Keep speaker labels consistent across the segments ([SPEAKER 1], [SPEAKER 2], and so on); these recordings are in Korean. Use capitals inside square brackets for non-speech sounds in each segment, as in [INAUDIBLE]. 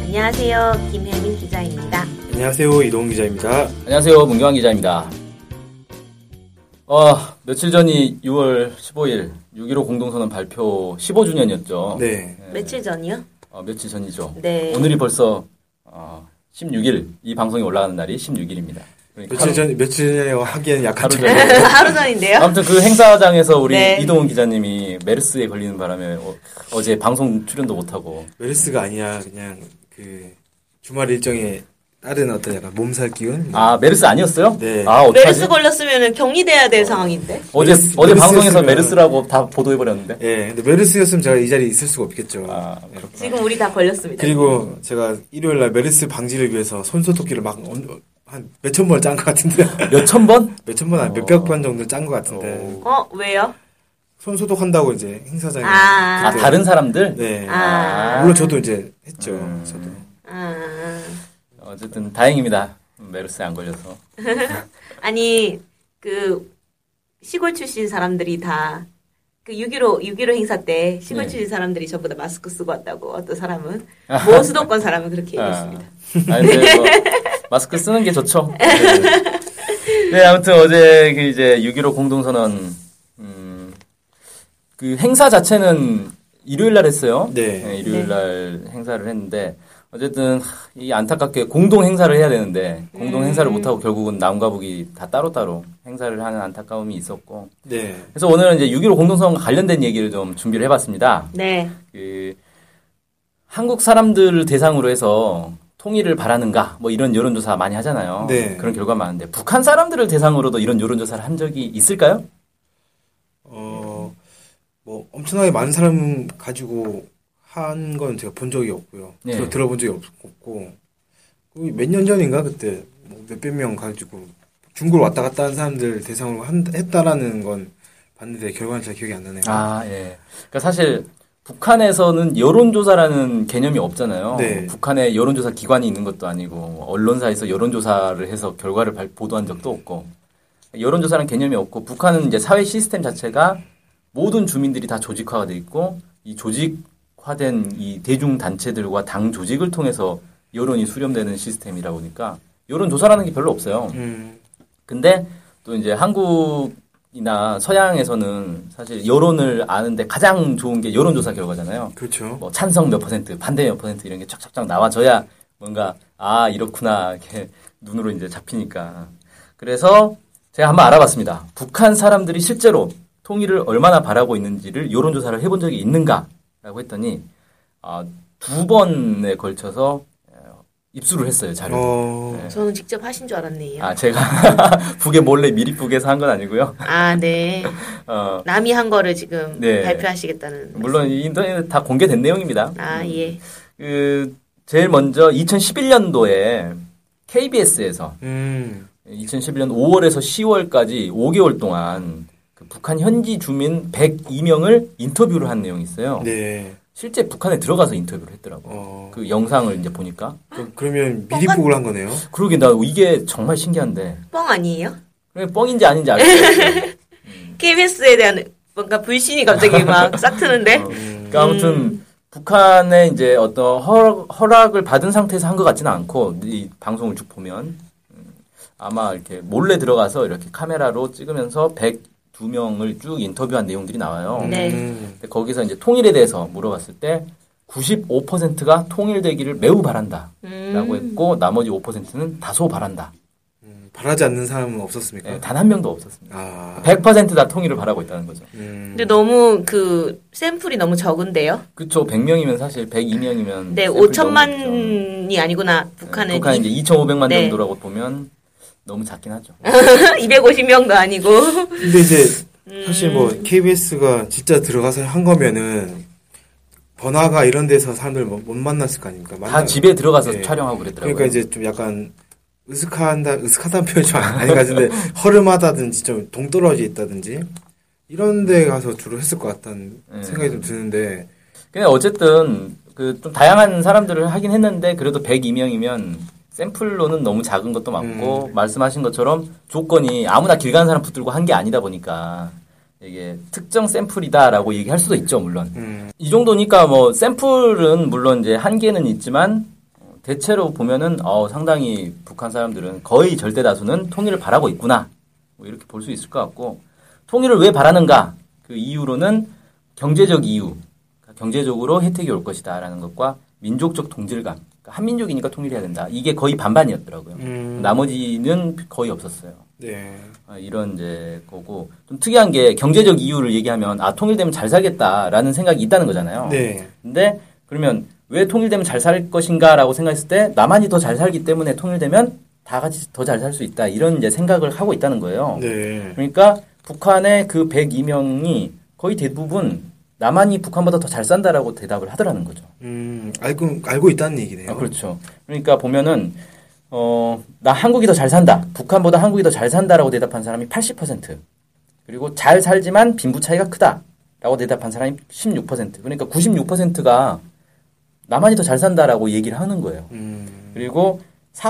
[SPEAKER 1] 안녕하세요. 김혜민 기자입니다.
[SPEAKER 2] 안녕하세요 이동훈 기자입니다.
[SPEAKER 3] 안녕하세요. 문경환 기자입니다. 어, 며칠 전이 6월 15일 6.15 공동선언 발표 15주년이었죠.
[SPEAKER 2] 네,
[SPEAKER 1] 며칠 전이요?
[SPEAKER 3] 어, 며칠 전이죠.
[SPEAKER 1] 네.
[SPEAKER 3] 오늘이 벌써 어, 16일 이 방송이 올라가는 날이 16일입니다. 그러니까
[SPEAKER 2] 며칠 전 며칠 전에 하기에는 약간
[SPEAKER 3] 하루
[SPEAKER 2] 좀
[SPEAKER 3] 전에.
[SPEAKER 1] [LAUGHS] 하루 전인데요?
[SPEAKER 3] 아무튼 그 행사장에서 우리
[SPEAKER 1] 네.
[SPEAKER 3] 이동훈 기자님이 메르스에 걸리는 바람에 어, 제 방송 출연도 못하고
[SPEAKER 2] 메르스가 아니라 그냥 그 주말 일정에 따른 어떤 약간 몸살 기운.
[SPEAKER 3] 아 메르스 아니었어요?
[SPEAKER 2] 네.
[SPEAKER 3] 아 어떡하지?
[SPEAKER 1] 메르스 걸렸으면 격리돼야 될 상황인데.
[SPEAKER 3] 어제
[SPEAKER 2] 메르스-
[SPEAKER 3] 어제 방송에서
[SPEAKER 2] 메르스였으면-
[SPEAKER 3] 메르스라고 다 보도해 버렸는데.
[SPEAKER 2] 예, 근데 메르스였으면 제가 이 자리에 있을 수가 없겠죠.
[SPEAKER 3] 아,
[SPEAKER 2] 예.
[SPEAKER 1] 지금 우리 다 걸렸습니다.
[SPEAKER 2] 그리고 제가 일요일 날 메르스 방지를 위해서 손소독기를 막한 몇천 번 짠 것 같은데.
[SPEAKER 3] 몇 천 번?
[SPEAKER 2] [LAUGHS] 몇천 번, 아니 몇백 번 정도 짠 것 같은데.
[SPEAKER 1] 어 왜요?
[SPEAKER 2] 손소독 한다고 이제 행사장에.
[SPEAKER 1] 아.
[SPEAKER 3] 아
[SPEAKER 2] 그때-
[SPEAKER 3] 다른 사람들?
[SPEAKER 2] 네.
[SPEAKER 1] 아.
[SPEAKER 2] 물론 저도 이제 했죠.
[SPEAKER 3] 음.
[SPEAKER 2] 저도.
[SPEAKER 1] 아,
[SPEAKER 3] 어쨌든 다행입니다. 메르스에 안 걸려서.
[SPEAKER 1] 아니 그 시골 출신 사람들이 다. 그 6.15, 6.15 행사 때 시골
[SPEAKER 3] 네.
[SPEAKER 1] 출신 사람들이 저보다 마스크 쓰고 왔다고 어떤 사람은 모 수도권 사람은 네, 그렇게
[SPEAKER 3] 아,
[SPEAKER 1] 얘기했습니다.
[SPEAKER 3] 아
[SPEAKER 1] [LAUGHS]
[SPEAKER 3] 근데 뭐 마스크 쓰는 게 좋죠. 네, 네, 아무튼 어제 그 이제 6.15 공동선언 음, 그 행사 자체는 일요일 날 했어요.
[SPEAKER 2] 네.
[SPEAKER 3] 일요일 날
[SPEAKER 1] 네.
[SPEAKER 3] 행사를 했는데 어쨌든 하, 이 안타깝게 공동 행사를 해야 되는데 공동
[SPEAKER 1] 음.
[SPEAKER 3] 행사를 못 하고 결국은 남과 북이 다 따로따로 행사를 하는 안타까움이 있었고
[SPEAKER 2] 네.
[SPEAKER 3] 그래서 오늘은 이제 6.15 공동선언 관련된 얘기를 좀 준비를 해봤습니다.
[SPEAKER 1] 네.
[SPEAKER 3] 그 한국 사람들을 대상으로 해서 통일을 바라는가 뭐 이런 여론조사 많이 하잖아요.
[SPEAKER 2] 네.
[SPEAKER 3] 그런 결과 많은데 북한 사람들을 대상으로도 이런 여론조사를 한 적이 있을까요?
[SPEAKER 2] 어, 뭐 엄청나게 많은 사람 가지고 한 건 제가 본 적이 없고요.
[SPEAKER 3] 네.
[SPEAKER 2] 들어, 들어본 적이 없, 없고 몇 년 전인가 그때 뭐 몇백 명 가지고 중국을 왔다 갔다 한 사람들 대상으로 한, 했다라는 건 봤는데 결과는 잘 기억이 안 나네요.
[SPEAKER 3] 아 예. 그러니까 사실 북한에서는 여론조사라는 개념이 없잖아요.
[SPEAKER 2] 네.
[SPEAKER 3] 북한에 여론조사 기관이 있는 것도 아니고 언론사에서 여론조사를 해서 결과를 발- 보도한 적도 없고 여론조사라는 개념이 없고 북한은 이제 사회 시스템 자체가 모든 주민들이 다 조직화가 돼 있고 이 조직화된 이 대중 단체들과 당 조직을 통해서 여론이 수렴되는 시스템이라 보니까 여론 조사라는 게 별로 없어요.
[SPEAKER 2] 음,
[SPEAKER 3] 근데 또 이제 한국이나 서양에서는 사실 여론을 아는데 가장 좋은 게 여론조사 결과잖아요.
[SPEAKER 2] 그렇죠.
[SPEAKER 3] 뭐 찬성 몇 퍼센트, 반대 몇 퍼센트 이런 게 쫙쫙쫙 나와줘야 뭔가 아 이렇구나 이렇게 눈으로 이제 잡히니까. 그래서 제가 한번 알아봤습니다. 북한 사람들이 실제로 통일을 얼마나 바라고 있는지를 여론조사를 해본 적이 있는가라고 했더니 아, 두 번에 걸쳐서 어, 입수를 했어요 자료.
[SPEAKER 2] 어,
[SPEAKER 3] 네.
[SPEAKER 1] 저는 직접 하신 줄 알았네요.
[SPEAKER 3] 아 제가 [LAUGHS] 북에 몰래 미리 북에서 한 건 아니고요.
[SPEAKER 1] 아, 네.
[SPEAKER 3] 어,
[SPEAKER 1] 남이 한 거를 지금
[SPEAKER 3] 네.
[SPEAKER 1] 발표하시겠다는.
[SPEAKER 3] 물론 이 인터넷에 다 공개된 내용입니다.
[SPEAKER 1] 아, 예.
[SPEAKER 3] 그 제일 먼저 2011년도에 KBS에서
[SPEAKER 2] 음,
[SPEAKER 3] 2011년 5월에서 10월까지 5개월 동안 그 북한 현지 주민 102명을 인터뷰를 한 내용이 있어요.
[SPEAKER 2] 네.
[SPEAKER 3] 실제 북한에 들어가서 인터뷰를 했더라고. 요
[SPEAKER 2] 어
[SPEAKER 3] 그 영상을 이제 보니까
[SPEAKER 2] 그, 러면 미리 북을 한 거네요.
[SPEAKER 3] 그러게 나 이게 정말 신기한데
[SPEAKER 1] 뻥 아니에요?
[SPEAKER 3] 그게 뻥인지 아닌지 알겠어요.
[SPEAKER 1] KBS에 대한 뭔가 불신이 갑자기
[SPEAKER 3] [LAUGHS]
[SPEAKER 1] 막 싹 트는데.
[SPEAKER 3] 그러니까
[SPEAKER 1] 음.
[SPEAKER 3] 아무튼 북한의 이제 어떤 허락, 을 받은 상태에서 한 것 같지는 않고 이 방송을 쭉 보면 음, 아마 이렇게 몰래 들어가서 이렇게 카메라로 찍으면서 102명을 쭉 인터뷰한 내용들이 나와요.
[SPEAKER 1] 네.
[SPEAKER 2] 음,
[SPEAKER 3] 근데 거기서 이제 통일에 대해서 물어봤을 때 95%가 통일되기를 매우 바란다.
[SPEAKER 1] 음.
[SPEAKER 3] 라고 했고 나머지 5%는 다소 바란다. 예,
[SPEAKER 2] 음, 바라지 않는 사람은 없었습니까?
[SPEAKER 3] 단 한 명도 네, 없었습니다.
[SPEAKER 2] 아,
[SPEAKER 3] 100%다 통일을 바라고 있다는 거죠.
[SPEAKER 2] 음,
[SPEAKER 1] 근데 너무 그 샘플이 너무 적은데요.
[SPEAKER 3] 그쵸 100명이면 사실 102명이면
[SPEAKER 1] 네, 5천만이 아니구나. 북한은
[SPEAKER 3] 북한 이제 2,500만
[SPEAKER 1] 네.
[SPEAKER 3] 정도라고 보면 너무 작긴 하죠.
[SPEAKER 2] 아,
[SPEAKER 1] [LAUGHS] 250명도 아니고. [LAUGHS]
[SPEAKER 2] 근데 이제 사실 뭐 KBS가 진짜 들어가서 한 거면은 번화가 이런 데서 사람들 못, 못 만났을 거 아닙니까?
[SPEAKER 3] 다 집에 들어가서
[SPEAKER 2] 예.
[SPEAKER 3] 촬영하고 그랬더라고요.
[SPEAKER 2] 그러니까 이제 좀 약간 으슥한다, 으슥하다는 표현이 좀 아닌 것 같은데 허름하다든지 좀 동떨어져 있다든지 이런
[SPEAKER 3] 음.
[SPEAKER 2] 데 가서 주로 했을 것 같다는
[SPEAKER 3] 예.
[SPEAKER 2] 생각이 좀 드는데
[SPEAKER 3] 근데 어쨌든 그 좀 다양한 사람들을 하긴 했는데 그래도 102명이면 샘플로는 너무 작은 것도 많고 말씀하신 것처럼 조건이 아무나 길 가는 사람 붙들고 한 게 아니다 보니까 이게 특정 샘플이다라고 얘기할 수도 있죠 물론
[SPEAKER 2] 음,
[SPEAKER 3] 이 정도니까 뭐 샘플은 물론 이제 한계는 있지만 대체로 보면은 어 상당히 북한 사람들은 거의 절대 다수는 통일을 바라고 있구나 뭐 이렇게 볼 수 있을 것 같고 통일을 왜 바라는가 그 이유로는 경제적 이유 그러니까 경제적으로 혜택이 올 것이다라는 것과 민족적 동질감 그러니까 한민족이니까 통일해야 된다 이게 거의 반반이었더라고요
[SPEAKER 2] 음.
[SPEAKER 3] 나머지는 거의 없었어요
[SPEAKER 2] 네.
[SPEAKER 3] 아, 이런 이제 거고 좀 특이한 게 경제적 이유를 얘기하면 아 통일되면 잘 살겠다라는 생각이 있다는 거잖아요.
[SPEAKER 2] 네.
[SPEAKER 3] 근데 그러면 왜 통일되면 잘 살 것인가라고 생각했을 때 나만이 더 잘 살기 때문에 통일되면 다 같이 더 잘 살 수 있다 이런 이제 생각을 하고 있다는 거예요.
[SPEAKER 2] 네.
[SPEAKER 3] 그러니까 북한의 그 102명이 거의 대부분 나만이 북한보다 더 잘 산다라고 대답을 하더라는 거죠.
[SPEAKER 2] 음, 알고, 알고 있다는 얘기네요.
[SPEAKER 3] 아, 그렇죠. 그러니까 보면은 어, 나 한국이 더 잘 산다. 북한보다 한국이 더 잘 산다라고 대답한 사람이 80%. 그리고 잘 살지만 빈부 차이가 크다라고 대답한 사람이 16%. 그러니까 96%가 나만이 더 잘 산다라고 얘기를 하는 거예요.
[SPEAKER 2] 음,
[SPEAKER 3] 그리고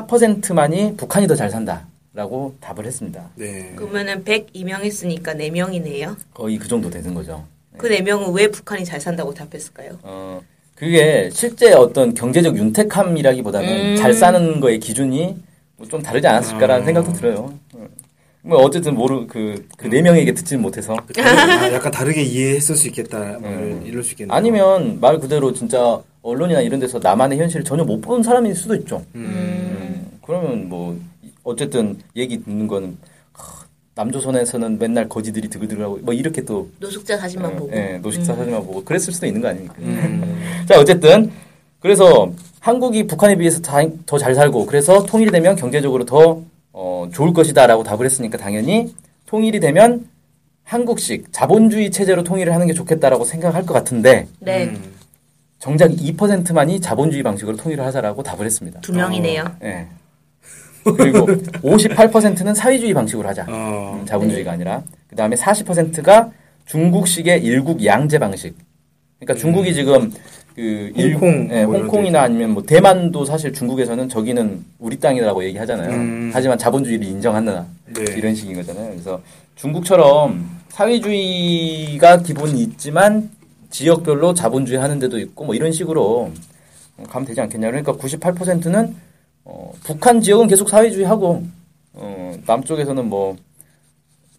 [SPEAKER 3] 4%만이 북한이 더 잘 산다라고 답을 했습니다.
[SPEAKER 2] 네.
[SPEAKER 1] 그러면은 102명 했으니까 4명이네요.
[SPEAKER 3] 거의 그 정도 되는 거죠.
[SPEAKER 1] 그 4명은 왜 북한이 잘 산다고 답했을까요?
[SPEAKER 3] 어, 그게 실제 어떤 경제적 윤택함이라기보다는
[SPEAKER 1] 음.
[SPEAKER 3] 잘 사는 거의 기준이 뭐좀 다르지 않았을까라는
[SPEAKER 2] 아.
[SPEAKER 3] 생각도 들어요. 어. 뭐 어쨌든 모르 그그 네 명에게 듣지는 못해서
[SPEAKER 2] 아, 약간 다르게 이해했을 수 있겠다. 음. 이럴 수 있겠네요.
[SPEAKER 3] 아니면 말 그대로 진짜 언론이나 이런 데서 나만의 현실을 전혀 못 본 사람일 수도 있죠. 음, 그러면 뭐 어쨌든 얘기 듣는 거는 하, 남조선에서는 맨날 거지들이 드글드글하고 뭐 이렇게 또
[SPEAKER 1] 노숙자 사진만
[SPEAKER 3] 예,
[SPEAKER 1] 보고. 음.
[SPEAKER 3] 예, 노식사 사진만 보고 그랬을 수도 있는 거 아닙니까? [LAUGHS] 자 어쨌든 그래서 한국이 북한에 비해서 더 잘 살고 그래서 통일이 되면 경제적으로 더 어, 좋을 것이다라고 답을 했으니까 당연히 통일이 되면 한국식 자본주의 체제로 통일을 하는 게 좋겠다라고 생각할 것 같은데
[SPEAKER 1] 네,
[SPEAKER 3] 음. 정작 2%만이 자본주의 방식으로 통일을 하자라고 답을 했습니다.
[SPEAKER 1] 두 명이네요.
[SPEAKER 3] 예. 그리고 58%는 사회주의 방식으로 하자.
[SPEAKER 2] 어,
[SPEAKER 3] 음, 자본주의가 아니라 그 다음에 40%가 중국식의 일국 양제 방식. 그러니까 중국이 지금 그
[SPEAKER 2] 음. 홍콩
[SPEAKER 3] 예,
[SPEAKER 2] 뭐 이런
[SPEAKER 3] 홍콩이나 아니면 뭐 대만도 사실 중국에서는 저기는 우리 땅이라고 얘기하잖아요.
[SPEAKER 2] 음.
[SPEAKER 3] 하지만 자본주의를 인정한다
[SPEAKER 2] 네.
[SPEAKER 3] 이런 식인 거잖아요. 그래서 중국처럼 사회주의가 기본이 있지만 지역별로 자본주의 하는 데도 있고 뭐 이런 식으로 가면 되지 않겠냐. 그러니까 98%는 어, 북한 지역은 계속 사회주의하고 어, 남쪽에서는 뭐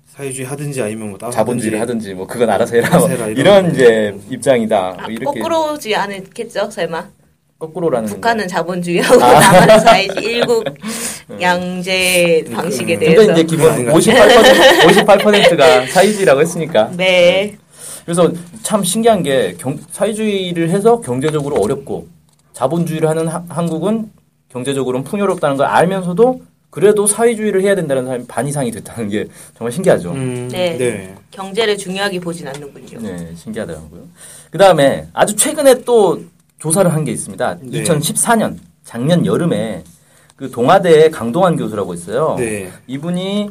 [SPEAKER 2] 사회주의 하든지 아니면 뭐 따로
[SPEAKER 3] 자본주의를
[SPEAKER 2] 하든지.
[SPEAKER 3] 하든지 뭐 그건 알아서 해라 뭐
[SPEAKER 2] 알아서 해라,
[SPEAKER 3] 이런
[SPEAKER 2] 이런
[SPEAKER 3] 이제 입장이다 뭐
[SPEAKER 1] 아,
[SPEAKER 3] 이렇게 음.
[SPEAKER 1] 거꾸로지 않겠죠, 설마?
[SPEAKER 3] 거꾸로라는
[SPEAKER 1] 북한은 자본주의하고 [LAUGHS]
[SPEAKER 3] 아. [LAUGHS]
[SPEAKER 1] 남한은 사회 일국 양제 방식에
[SPEAKER 3] 음. 근데
[SPEAKER 1] 대해서.
[SPEAKER 3] 이제 기본
[SPEAKER 1] [LAUGHS]
[SPEAKER 2] 아닌가?
[SPEAKER 3] 58% 58%가 사회주의라고 했으니까
[SPEAKER 1] 네,
[SPEAKER 3] 그래서 참 신기한 게 경- 사회주의를 해서 경제적으로 어렵고 자본주의를 하는 하- 한국은 경제적으로는 풍요롭다는 걸 알면서도 그래도 사회주의를 해야 된다는 사람이 반 이상이 됐다는 게 정말 신기하죠.
[SPEAKER 2] 음,
[SPEAKER 1] 네.
[SPEAKER 2] 네.
[SPEAKER 1] 경제를 중요하게 보진 않는군요.
[SPEAKER 3] 네, 신기하더라고요. 그 다음에 아주 최근에 또 조사를 한 게 있습니다.
[SPEAKER 2] 네.
[SPEAKER 3] 2014년, 작년 여름에 그 동아대의 강동환 교수라고 있어요.
[SPEAKER 2] 네.
[SPEAKER 3] 이분이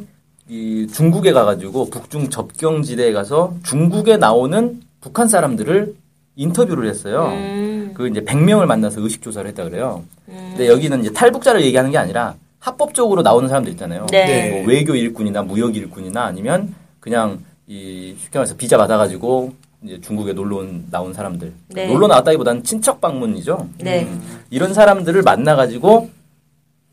[SPEAKER 3] 이 중국에 가가지고 북중 접경지대에 가서 중국에 나오는 북한 사람들을 인터뷰를 했어요.
[SPEAKER 1] 음,
[SPEAKER 3] 그 이제 100명을 만나서 의식 조사를 했다 그래요. 근데 여기는 이제 탈북자를 얘기하는 게 아니라 합법적으로 나오는 사람들 있잖아요.
[SPEAKER 1] 네.
[SPEAKER 2] 네.
[SPEAKER 3] 뭐 외교 일꾼이나 무역 일꾼이나 아니면 그냥 이 쉽게 말해서 비자 받아가지고 이제 중국에 놀러 온, 나온 사람들.
[SPEAKER 1] 네.
[SPEAKER 3] 놀러 나왔다기보다는 친척 방문이죠.
[SPEAKER 1] 네,
[SPEAKER 3] 이런 사람들을 만나가지고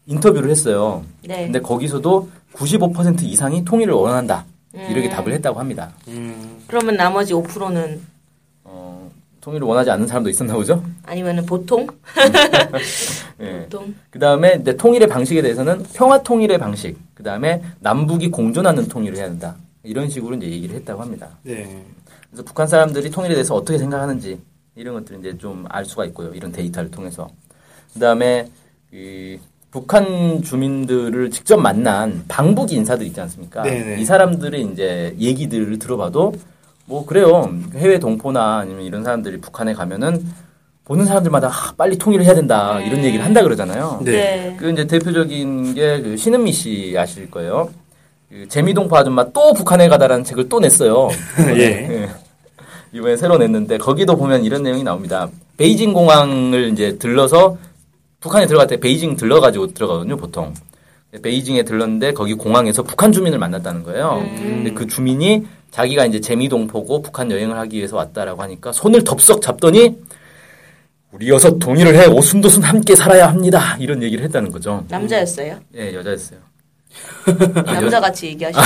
[SPEAKER 3] 인터뷰를 했어요.
[SPEAKER 1] 네.
[SPEAKER 3] 근데 거기서도 95% 이상이 통일을 원한다. 이렇게
[SPEAKER 1] 음.
[SPEAKER 3] 답을 했다고 합니다.
[SPEAKER 2] 음,
[SPEAKER 1] 그러면 나머지 5%는
[SPEAKER 3] 어, 통일을 원하지 않는 사람도 있었나 보죠?
[SPEAKER 1] 아니면은 보통?
[SPEAKER 3] [LAUGHS] 예.
[SPEAKER 1] 보통?
[SPEAKER 3] 그 다음에 이제 통일의 방식에 대해서는 평화 통일의 방식, 그 다음에 남북이 공존하는 통일을 해야 된다. 이런 식으로 이제 얘기를 했다고 합니다.
[SPEAKER 2] 네.
[SPEAKER 3] 그래서 북한 사람들이 통일에 대해서 어떻게 생각하는지 이런 것들을 이제 좀 알 수가 있고요. 이런 데이터를 통해서. 그 다음에 이 북한 주민들을 직접 만난 방북 인사들 있지 않습니까?
[SPEAKER 2] 네네.
[SPEAKER 3] 이 사람들의 이제 얘기들을 들어봐도 뭐 뭐 그래요. 해외 동포나 아니면 이런 사람들이 북한에 가면은 보는 사람들마다 아, 빨리 통일을 해야 된다 이런 얘기를 한다 그러잖아요.
[SPEAKER 2] 네.
[SPEAKER 3] 그 이제 대표적인 게 그 신은미 씨 아실 거예요. 그 재미동포 아줌마 또 북한에 가다라는 책을 또 냈어요.
[SPEAKER 2] 예.
[SPEAKER 3] 예. 이번에 새로 냈는데 거기도 보면 이런 내용이 나옵니다. 베이징 공항을 이제 들러서 북한에 들어갈 때 베이징 들러가지고 들어가거든요, 보통. 베이징에 들렀는데 거기 공항에서 북한 주민을 만났다는 거예요. 근데 그 주민이 자기가 이제 재미동포고 북한 여행을 하기 위해서 왔다라고 하니까 손을 덥석 잡더니 우리 여섯 동의를 해 오순도순 함께 살아야 합니다. 이런 얘기를 했다는 거죠.
[SPEAKER 1] 남자였어요.
[SPEAKER 3] 예, 여자였어요. 아,
[SPEAKER 1] 남자같이
[SPEAKER 3] [LAUGHS]
[SPEAKER 1] 얘기하시는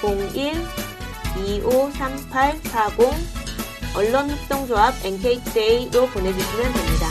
[SPEAKER 1] 479001-01-253840 언론협동조합 NK투데이로 보내주시면 됩니다.